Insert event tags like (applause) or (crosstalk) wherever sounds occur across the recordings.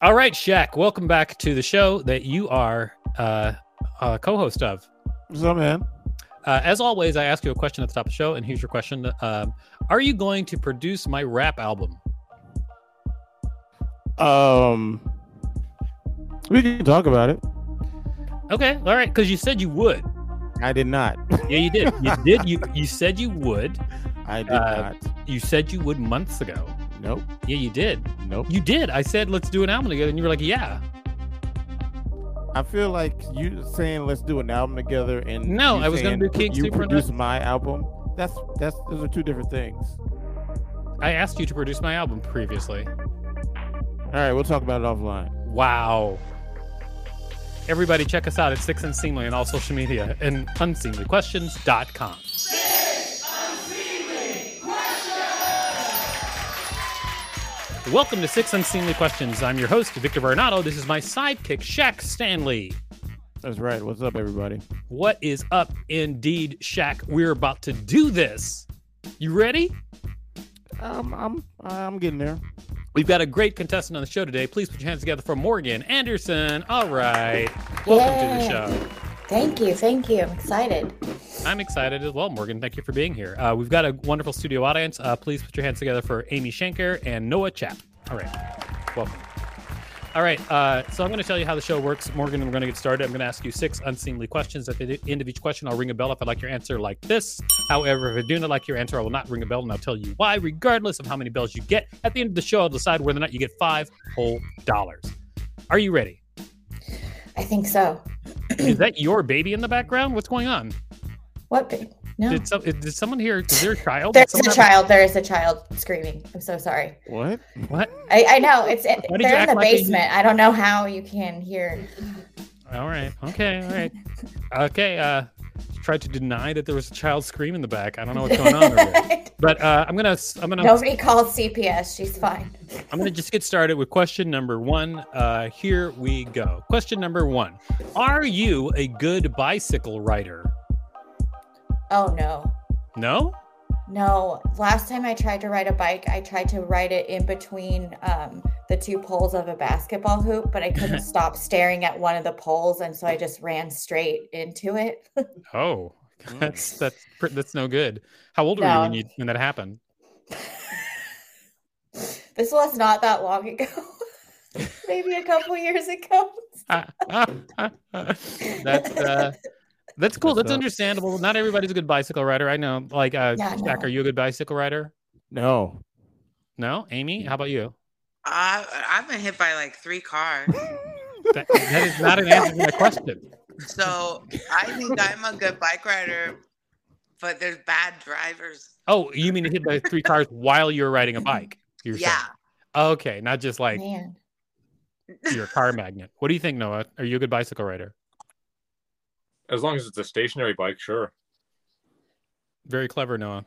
All right, Shaq, welcome back to the show that you are uh, a co-host of. What's up, man? Uh, as always, I ask you a question at the top of the show, and here's your question: um, Are you going to produce my rap album? Um, we can talk about it. Okay, all right, because you said you would. I did not. Yeah, you did. You did. You you said you would. I did Uh, not. You said you would months ago. Nope. Yeah, you did. Nope. You did. I said let's do an album together, and you were like, "Yeah." I feel like you saying let's do an album together and No, you I was gonna saying do King You Supernat- produce my album. That's that's those are two different things. I asked you to produce my album previously. All right, we'll talk about it offline. Wow. Everybody, check us out at Six Unseemly on all social media and unseemlyquestions.com. Welcome to Six Unseemly Questions. I'm your host, Victor Bernardo. This is my sidekick, Shaq Stanley. That's right. What's up, everybody? What is up, indeed, Shaq? We're about to do this. You ready? Um, I'm I'm getting there. We've got a great contestant on the show today. Please put your hands together for Morgan Anderson. All right. Welcome to the Yay. show. Thank you, thank you. I'm excited. I'm excited as well, Morgan. Thank you for being here. Uh, we've got a wonderful studio audience. Uh, please put your hands together for Amy Shanker and Noah Chap. All right, welcome. All right, uh, so I'm going to tell you how the show works, Morgan. We're going to get started. I'm going to ask you six unseemly questions. At the end of each question, I'll ring a bell if I like your answer, like this. However, if I do not like your answer, I will not ring a bell, and I'll tell you why, regardless of how many bells you get. At the end of the show, I'll decide whether or not you get five whole dollars. Are you ready? I think so. Is that your baby in the background? What's going on? What? ba- No. Did, some, did someone hear? Is there a child? Did There's someone a have- child. There is a child screaming. I'm so sorry. What? What? I, I know it's it, Why did you they're act in the like they- basement. I don't know how you can hear. All right. Okay. All right. Okay. Uh, tried to deny that there was a child scream in the back. I don't know what's going on, over there. but uh, I'm gonna I'm gonna Nobody called CPS. She's fine. I'm gonna just get started with question number one. Uh, here we go. Question number one: Are you a good bicycle rider? Oh no, No. no. Last time I tried to ride a bike, I tried to ride it in between um, the two poles of a basketball hoop, but (laughs) I couldn't stop staring at one of the poles, and so I just ran straight into it. Oh, (laughs) Mm. that's that's pr- that's no good. How old were you No. when you when that happened? (laughs) this was not that long ago. (laughs) Maybe a couple years ago. that's uh, that's cool. That's That's up. understandable. Not everybody's a good bicycle rider. I know. Like, uh, Yeah, I Jack, know. are you a good bicycle rider? No. No, Amy. How about you? I I've been hit by like three cars, That, that is not an answer to my question. so I think (laughs) I'm a good bike rider, but there's bad drivers. Oh, you mean hit by three cars while you're riding a bike? You're saying. yeah, Okay, not just like Man, you're a car magnet. What do you think, Noah? Are you a good bicycle rider? As long as it's a stationary bike, sure. Very clever, Noah.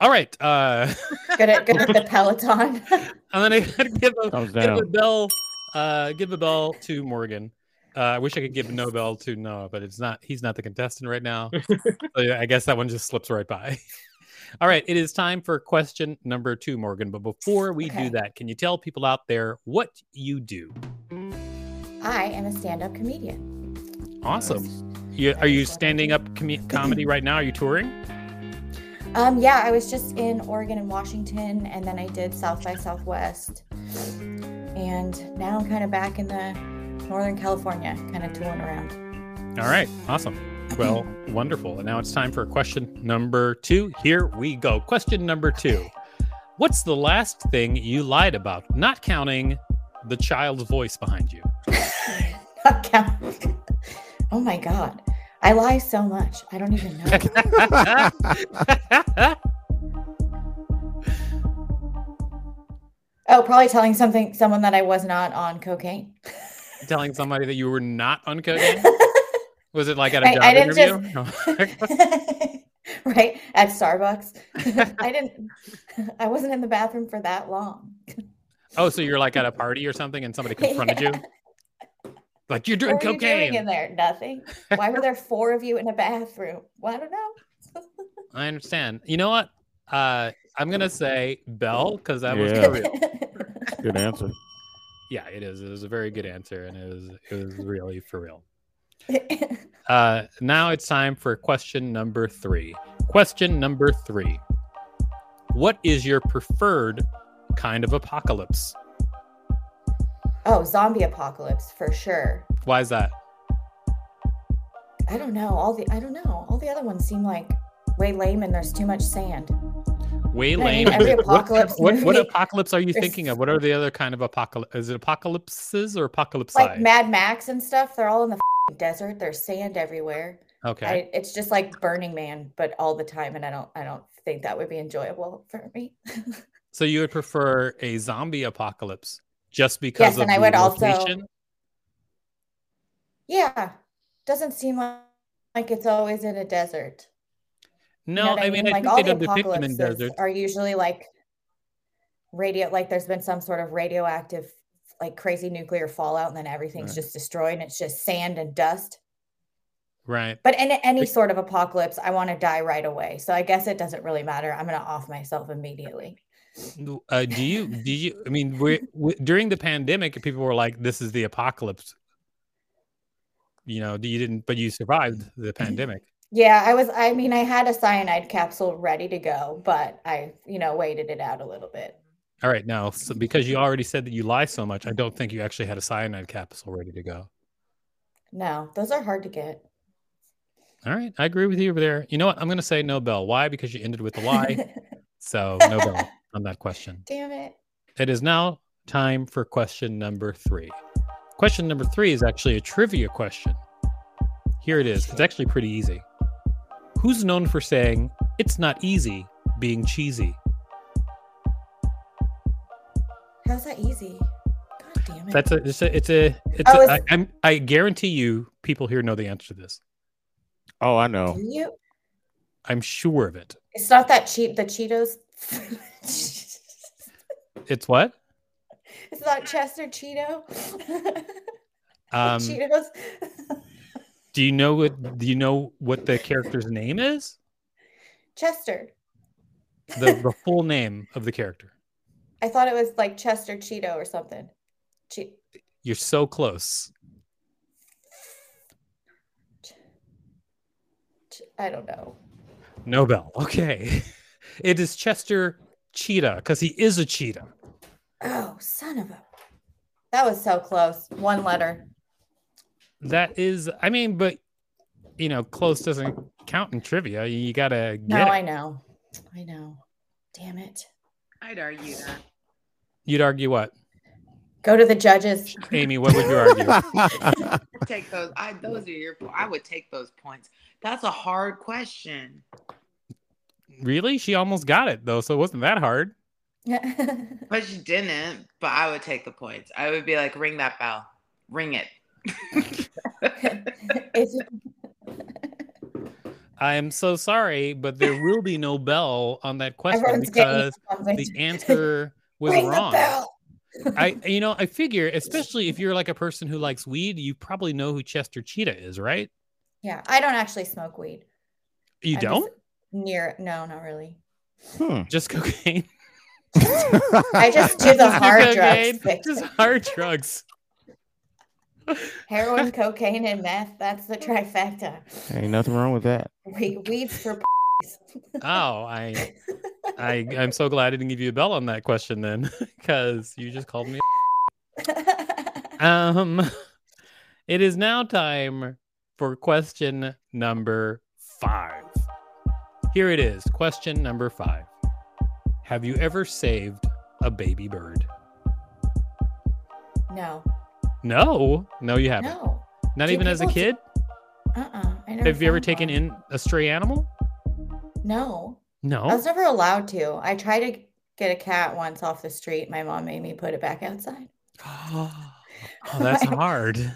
All right. Uh, (laughs) good at good at the Peloton. (laughs) I'm gonna (laughs) give a Thumbs give a down. bell uh give a bell to morgan uh, i wish i could give no bell to noah but it's not he's not the contestant right now so yeah, i guess that one just slips right by (laughs) all right it is time for question number two morgan but before we Okay. do that can you tell people out there what you do I am a stand-up comedian. awesome you, are you standing up com- comedy right now are you touring Um, yeah, I was just in Oregon and Washington, and then I did South by Southwest, and now I'm kind of back in the Northern California, kind of touring around. (laughs) all right awesome well wonderful and now it's time for question number two here we go question number two what's the last thing you lied about not counting the child's voice behind (laughs) you Okay. (laughs) oh my God, I lie so much. I don't even know. Oh, probably telling something someone that I was not on cocaine. telling somebody that you were not on (laughs) cocaine? Was it like at a I- job I didn't interview? No. (laughs) (laughs) right at Starbucks. (laughs) I didn't. I wasn't in the bathroom for that long. oh, so you're like at a party or something and somebody confronted you? (laughs) Like you're doing what were you doing cocaine. in there? Nothing. Why were there four of you in a bathroom? Well, I don't know. I understand. You know what? Uh, I'm gonna say Bell because that was Yeah. real. Good answer. Yeah, it is. It was a very good answer, and it was it was really for real. Uh, now it's time for question number three. Question number three. What is your preferred kind of apocalypse? (laughs) oh, zombie apocalypse for sure. Why is that? I don't know. All the I don't know. All the other ones seem like way lame, and there's too much sand. Way I lame. mean, every (laughs) What- apocalypse What, what, movie- apocalypse are you there's- thinking of? What are the other kind of apocalypse? Is it apocalypses or apocalypse? Like Mad Max and stuff. They're all in the f***ing desert. There's sand everywhere. okay. I, it's just like Burning Man, but all the time, and I don't, I don't think that would be enjoyable for me. So you would prefer a zombie apocalypse just because of and I the would also- location? yeah, doesn't seem like, like it's always in a desert. You know No, what I mean, I like think they all don't the depict them in apocalypses deserts. are usually like radio, like there's been some sort of radioactive, like crazy nuclear fallout, and then everything's Right. just destroyed, and it's just sand and dust. Right. But in any Like- sort of apocalypse, I want to die right away. So I guess it doesn't really matter. I'm gonna off myself immediately. N- Uh, do you, do you, I mean, we we- during the pandemic, people were like, this is the apocalypse. You know, you didn't, but you survived the pandemic. Yeah, I was. I mean, I had a cyanide capsule ready to go, but I, you know, waited it out a little bit. All right. Now, so because you already said that you lie so much, I don't think you actually had a cyanide capsule ready to go. No, those are hard to get. All right. I agree with you over there. You know what? I'm going to say no bell. Why? Because you ended with a (laughs) lie. So no bell on that question. Damn it. It is now time for question number three. Question number three is actually a trivia question. Here it is. It's actually pretty easy. Who's known for saying, it's not easy being cheesy? How's that easy? God damn it. That's a, it's a, it's a, it's Oh, a I, it's- I'm, I guarantee you people here know the answer to this. Oh, I know. Can you? I'm sure of it. It's not that cheap. The Cheetos. (laughs) it's It's what? not Chester Cheeto. (laughs) Um, Cheetos. (laughs) do you know what, do you know what the character's name is? Chester. The, the full name of the character. I thought it was like Chester Cheeto or something. Che- You're so close. Ch- I don't know. Nobel. Okay. (laughs) It is Chester Cheetah because he is a cheetah. Oh, son of a. That was so close. One letter. That is, I mean, but you know, close doesn't count in trivia. You gotta get No, it. I know. I know. Damn it. I'd argue that. You'd argue what, Go to the judges. (laughs) Amy? What would you argue? I'd take those. I those are your. I would take those points. That's a hard question. really? She almost got it though, so it wasn't that hard. But she didn't. But I would take the points. I would be like, ring that bell, ring it. If you- I am so sorry, but there will be no bell on that question everyone's getting because something. the answer was Ring wrong. The bell. I, you know, I figure, especially if you're like a person who likes weed, you probably know who Chester Cheetah is, right? Yeah, I don't actually smoke weed. You I'm just don't? Near? No, not really. (laughs) Hmm. Just (laughs) cocaine. I just (laughs) do the hard drugs. cocaine, Vic. Just hard drugs. (laughs) Heroin, cocaine, and meth. That's the trifecta. (laughs) Ain't nothing wrong with that. We, (laughs) weeds for. Oh, (laughs) I, I, I'm so glad I didn't give you a bell on that question then, (laughs) because you just called me. (laughs) Um, it is now time for question number five. Here it is, question number five. Have you ever saved a baby bird? no, No, no, you haven't. no. Not Do even as a people do- kid. Uh uh I never Have you ever found taken one. in a stray animal? No. I No. Oh. was never allowed to. I tried to get a cat once off the street. My mom made me put it back outside. (gasps) Oh, (laughs) that's hard.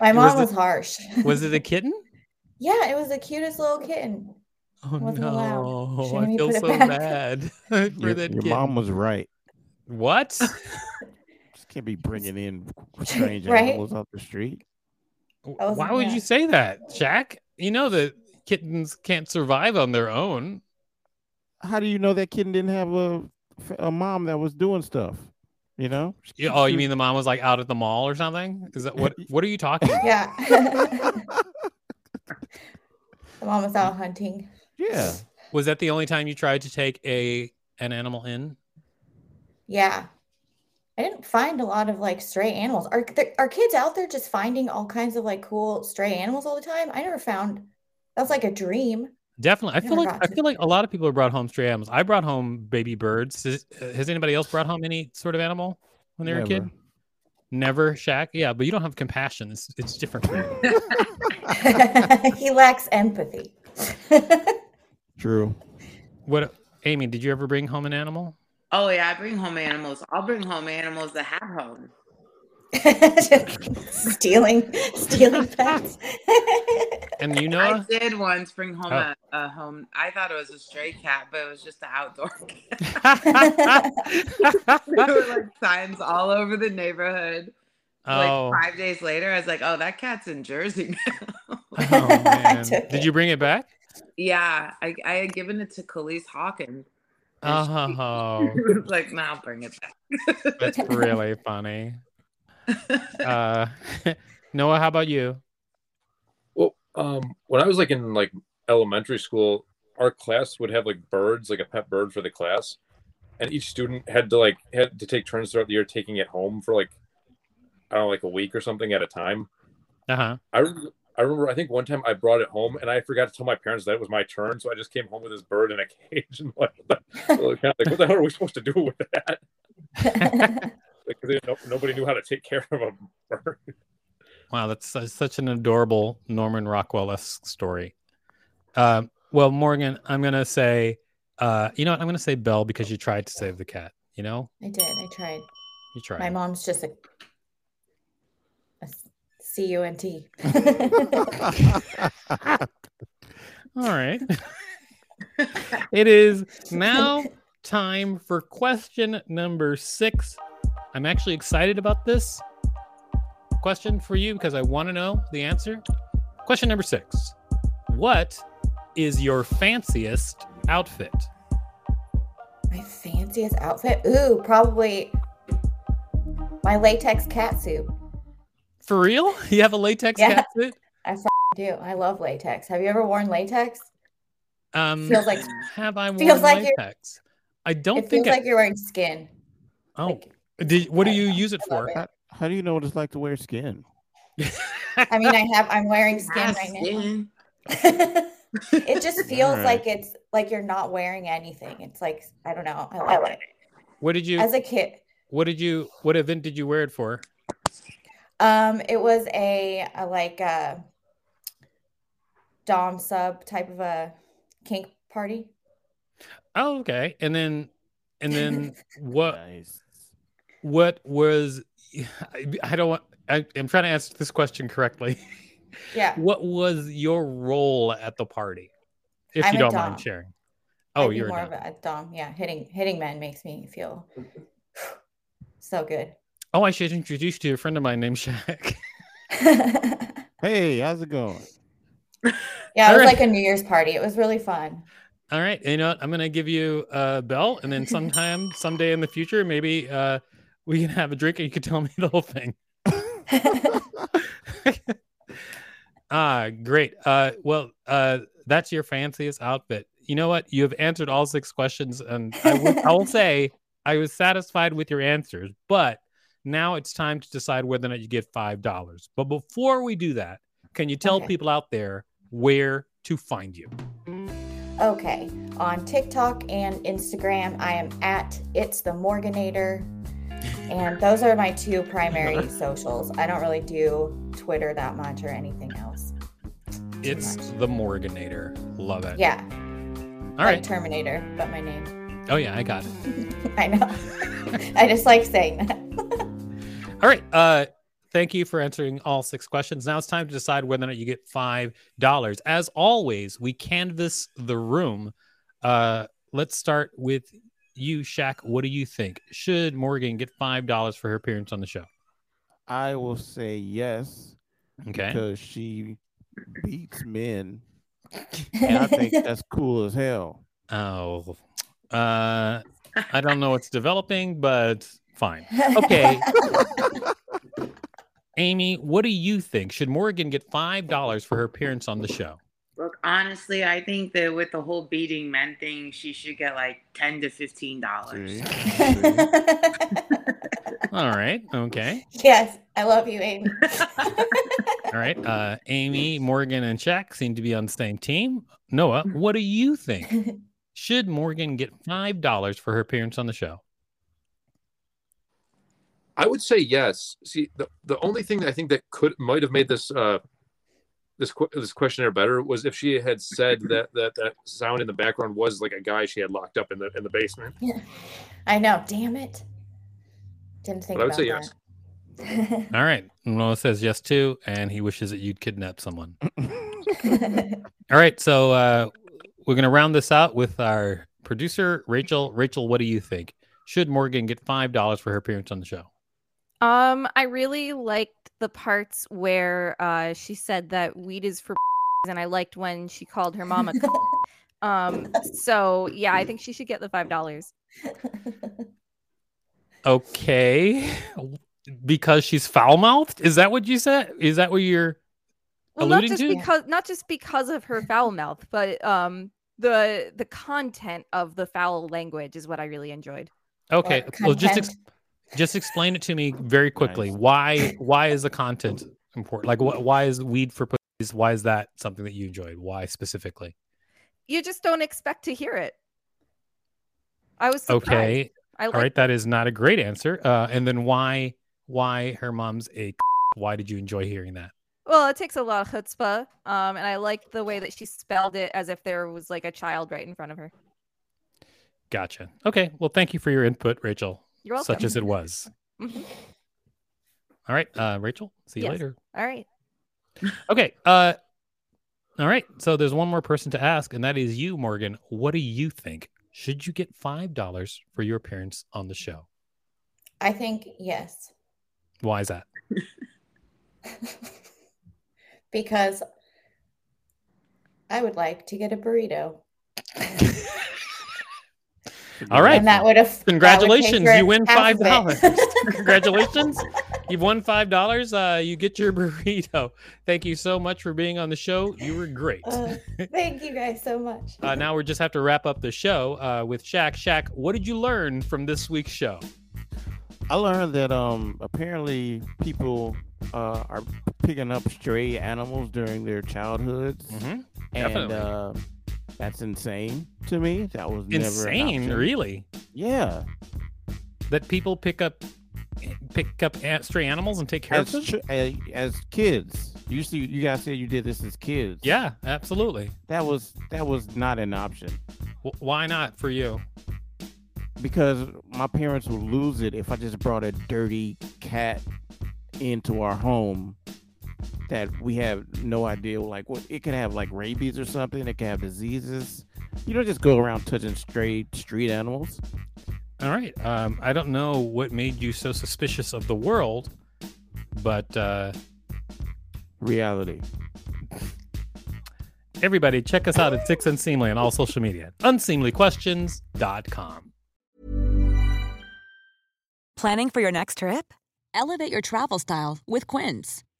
My mom it- was, harsh. Was it a kitten? (laughs) yeah, it was the cutest little kitten. Oh Wasn't allowed. no! Shouldn't I we feel put it so back? (laughs) bad (laughs) for Your, that your kitten. mom was right. What? Just can't be bringing (laughs) in strange Right? animals off the street. wasn't Why would you that. say that, Shaq? You know that kittens can't survive on their own. How do you know that kitten didn't have a a mom that was doing stuff? You know? You- Oh, (laughs) you mean the mom was like out at the mall or something? Is that what? What are you talking? about? (laughs) Yeah. (laughs) the mom was out hunting. Yeah. Was that the only time you tried to take a an animal in? Yeah. I didn't find a lot of like stray animals. Are there, are kids out there just finding all kinds of like cool stray animals all the time? I never found. That's like a dream. (laughs) Definitely. I feel never like got I to. feel like a lot of people have brought home stray animals. I brought home baby birds. Has, has anybody else brought home any sort of animal (laughs) when they were a kid? Never. Never, Shaq. Yeah, but you don't have compassion. It's it's different. for you. he lacks empathy. (laughs) True. (laughs) What, Amy? Did you ever bring home an animal? Oh yeah, I bring home animals. I'll bring home animals that have home. stealing, stealing pets. (laughs) And you I know, did once bring home Oh. a, a home. I thought it was a stray cat, but it was just an outdoor (laughs) cat. (laughs) (laughs) there were like signs all over the neighborhood. oh, Like five days later, I was like, "Oh, that cat's in Jersey." now." oh (laughs) man. took Did it. you bring it back? (laughs) yeah, I, I had given it to Khalees Hawkins. (laughs) and she- (laughs) Oh, she was like, "No, I'll bring it back." (laughs) that's really (laughs) funny. Uh, (laughs) Noah, how about you? Well, um, when I was like in like elementary school, our class would have like birds, like a pet bird for the class, and each student had to like had to take turns throughout the year taking it home for like I don't know, like a week or something at a time. Uh huh. I rem- I remember I think one time I brought it home and I forgot to tell my parents that it was my turn, so I just came home with this bird in a (laughs) cage and like, like what the hell are we supposed to do with that? Like, 'cause they- no, nobody knew how to take care of a bird. Wow, that's, that's such an adorable Norman Rockwell esque story. Uh, well, Morgan, I'm gonna say, uh, you know what? I'm gonna say Belle because you tried to save the cat. You know, I did. I tried. you tried. My mom's just a, a s- (laughs) C-U-N-T. All (laughs) right. it is now time for question number six. I'm actually excited about this question for you because I want to know the answer. Question number six What is your fanciest outfit? My fanciest outfit? Ooh, probably my latex cat suit. For real? (laughs) You have a latex Yeah. cat suit? I do. I love latex. Have you ever worn latex? Um, Feels like- have I worn feels like you're- latex? I don't It feels think I. like you're wearing skin. oh, like- did, what do I you don't know. use it I love for? it. How, how do you know what it's like to wear skin? I mean, I have. I'm wearing skin Has right now. skin. (laughs) it just feels Alright. like it's like you're not wearing anything. It's like I don't know. I like, What did it. you? As a kid, What did you? What event did you wear it for? um, it was a, a like a dom sub type of a kink party. Oh, okay. And then, and (laughs) then what? Nice. What was? (sighs) I, I don't want. I, I'm trying to answer this question correctly. (laughs) Yeah. what was your role at the party, if I'm you a don't mind dom. sharing? Oh, I'd be you're more not. of a dom. Yeah, hitting hitting men makes me feel (sighs) so good. (laughs) Oh, I should introduce you to a friend of mine named (laughs) Shaq. Hey, how's it going? yeah, it was Alright. like a New Year's party. It was really fun. (laughs) All right, you know what? I'm gonna give you a bell, and (laughs) then sometime, someday in the future, maybe uh, we can have a drink, and you can tell me (laughs) the whole thing. ah, great. Uh, well, uh, that's your fanciest outfit. You know what? You have answered all six questions, and I would- I (laughs) will say I was satisfied with your answers. But now it's time to decide whether or not you get five dollars. But before we do that, can you tell Okay. people out there where to find you? Okay, on TikTok and Instagram, I am at It's the Morganator. And those are my (laughs) two primary socials. I don't really do Twitter that much or anything else. It's the Morganator. Love it. Yeah, All like right. Terminator, but my name. (laughs) Oh yeah, I got it. I know. (laughs) I just like saying that. All right. Uh, thank you for answering all six questions. Now it's time to decide whether or not you get five dollars. As always, we canvass the room. Uh, let's start with you, Shaq. What do you think? Should Morgan get five dollars for her appearance on the show? I will say yes Okay. because she beats (laughs) men. And I think that's cool as hell. Oh, uh, I don't know what's developing, but fine. Okay. Amy, what do you think? Should Morgan get five dollars for her appearance on the show? Look, honestly, I think that with the whole beating men thing, she should get like ten to fifteen (laughs) dollars. See? See? All right. Okay. (laughs) yes, I love you, Amy. All right. Uh, Amy, Morgan, and Shaq seem to be on the same team. Noah, what do you think? Should Morgan get $5 for her appearance on the show? I would say yes. See, the, the only thing that I think that could might have made this uh, this que- this questionnaire better was if she had said that that that sound in the background was like a guy she had locked up in the in the basement. I know. Damn it. Didn't think But I would about say yes. that. Yes. All right. Noah says yes, too. And he wishes that you'd kidnap someone. All right. So uh, we're going to round this out with our producer, Rachel. Rachel, what do you think? Should Morgan get $5 for her appearance on the show? Um, I really liked the parts where uh she said that weed is for (laughs) and I liked when she called (laughs) her mom a c- um so yeah, I think she should get the five dollars. Okay. Because she's foul mouthed? Is that what you said? Is that what you're. Well not Alluding just to- because not just because of her foul mouth, but um the the content of the foul language is what I really enjoyed. Okay. Or Well, just, ex- content. just explain it to me very quickly Nice. why why is the content important like wh- why is weed for pussies why is that something that you enjoyed why specifically You just don't expect to hear it. I was surprised. okay I like all right that is not a great answer uh and then why why her mom's a (laughs) why did you enjoy hearing that Well, it takes a lot of chutzpah, um, and I liked the way that she spelled it as if there was like a child right in front of her. gotcha okay well thank you for your input rachel You're welcome. such as it was Mhm. all right uh rachel see you Yes. later All right. okay uh all right so there's one more person to ask and that is you morgan what do you think should you get five dollars for your appearance on the show I think yes. (laughs) why is that because I would like to get a burrito. All right. And that would have Congratulations, you win $5. (laughs) Congratulations. Congratulations. You've won $5. Uh, you get your (laughs) burrito. Thank you so much for being on the show. You were great. Uh, thank you guys so much. Uh, now we just have to wrap up the show uh, with Shaq. Shaq, what did you learn from this week's show? I learned that um apparently people uh, are picking up stray animals during their childhoods, Mm-hmm. and definitely. uh, that's insane to me. That was never an Insane, option. really, Yeah, that people pick up pick up a- stray animals and take care of as, them. ch- as, as kids, you see, you guys said you did this as kids. Yeah, absolutely. that was that was not an option W- why not for you? because my parents would lose it if I just brought a dirty cat into our home that we have no idea like what it could have like rabies or something it could have diseases you don't just go around touching stray street animals All right. Um, I don't know what made you so suspicious of the world, but. Uh, reality Everybody, check us out at Six Unseemly on all social media. Unseemlyquestions.com. Planning for your next trip? Elevate your travel style with Quince.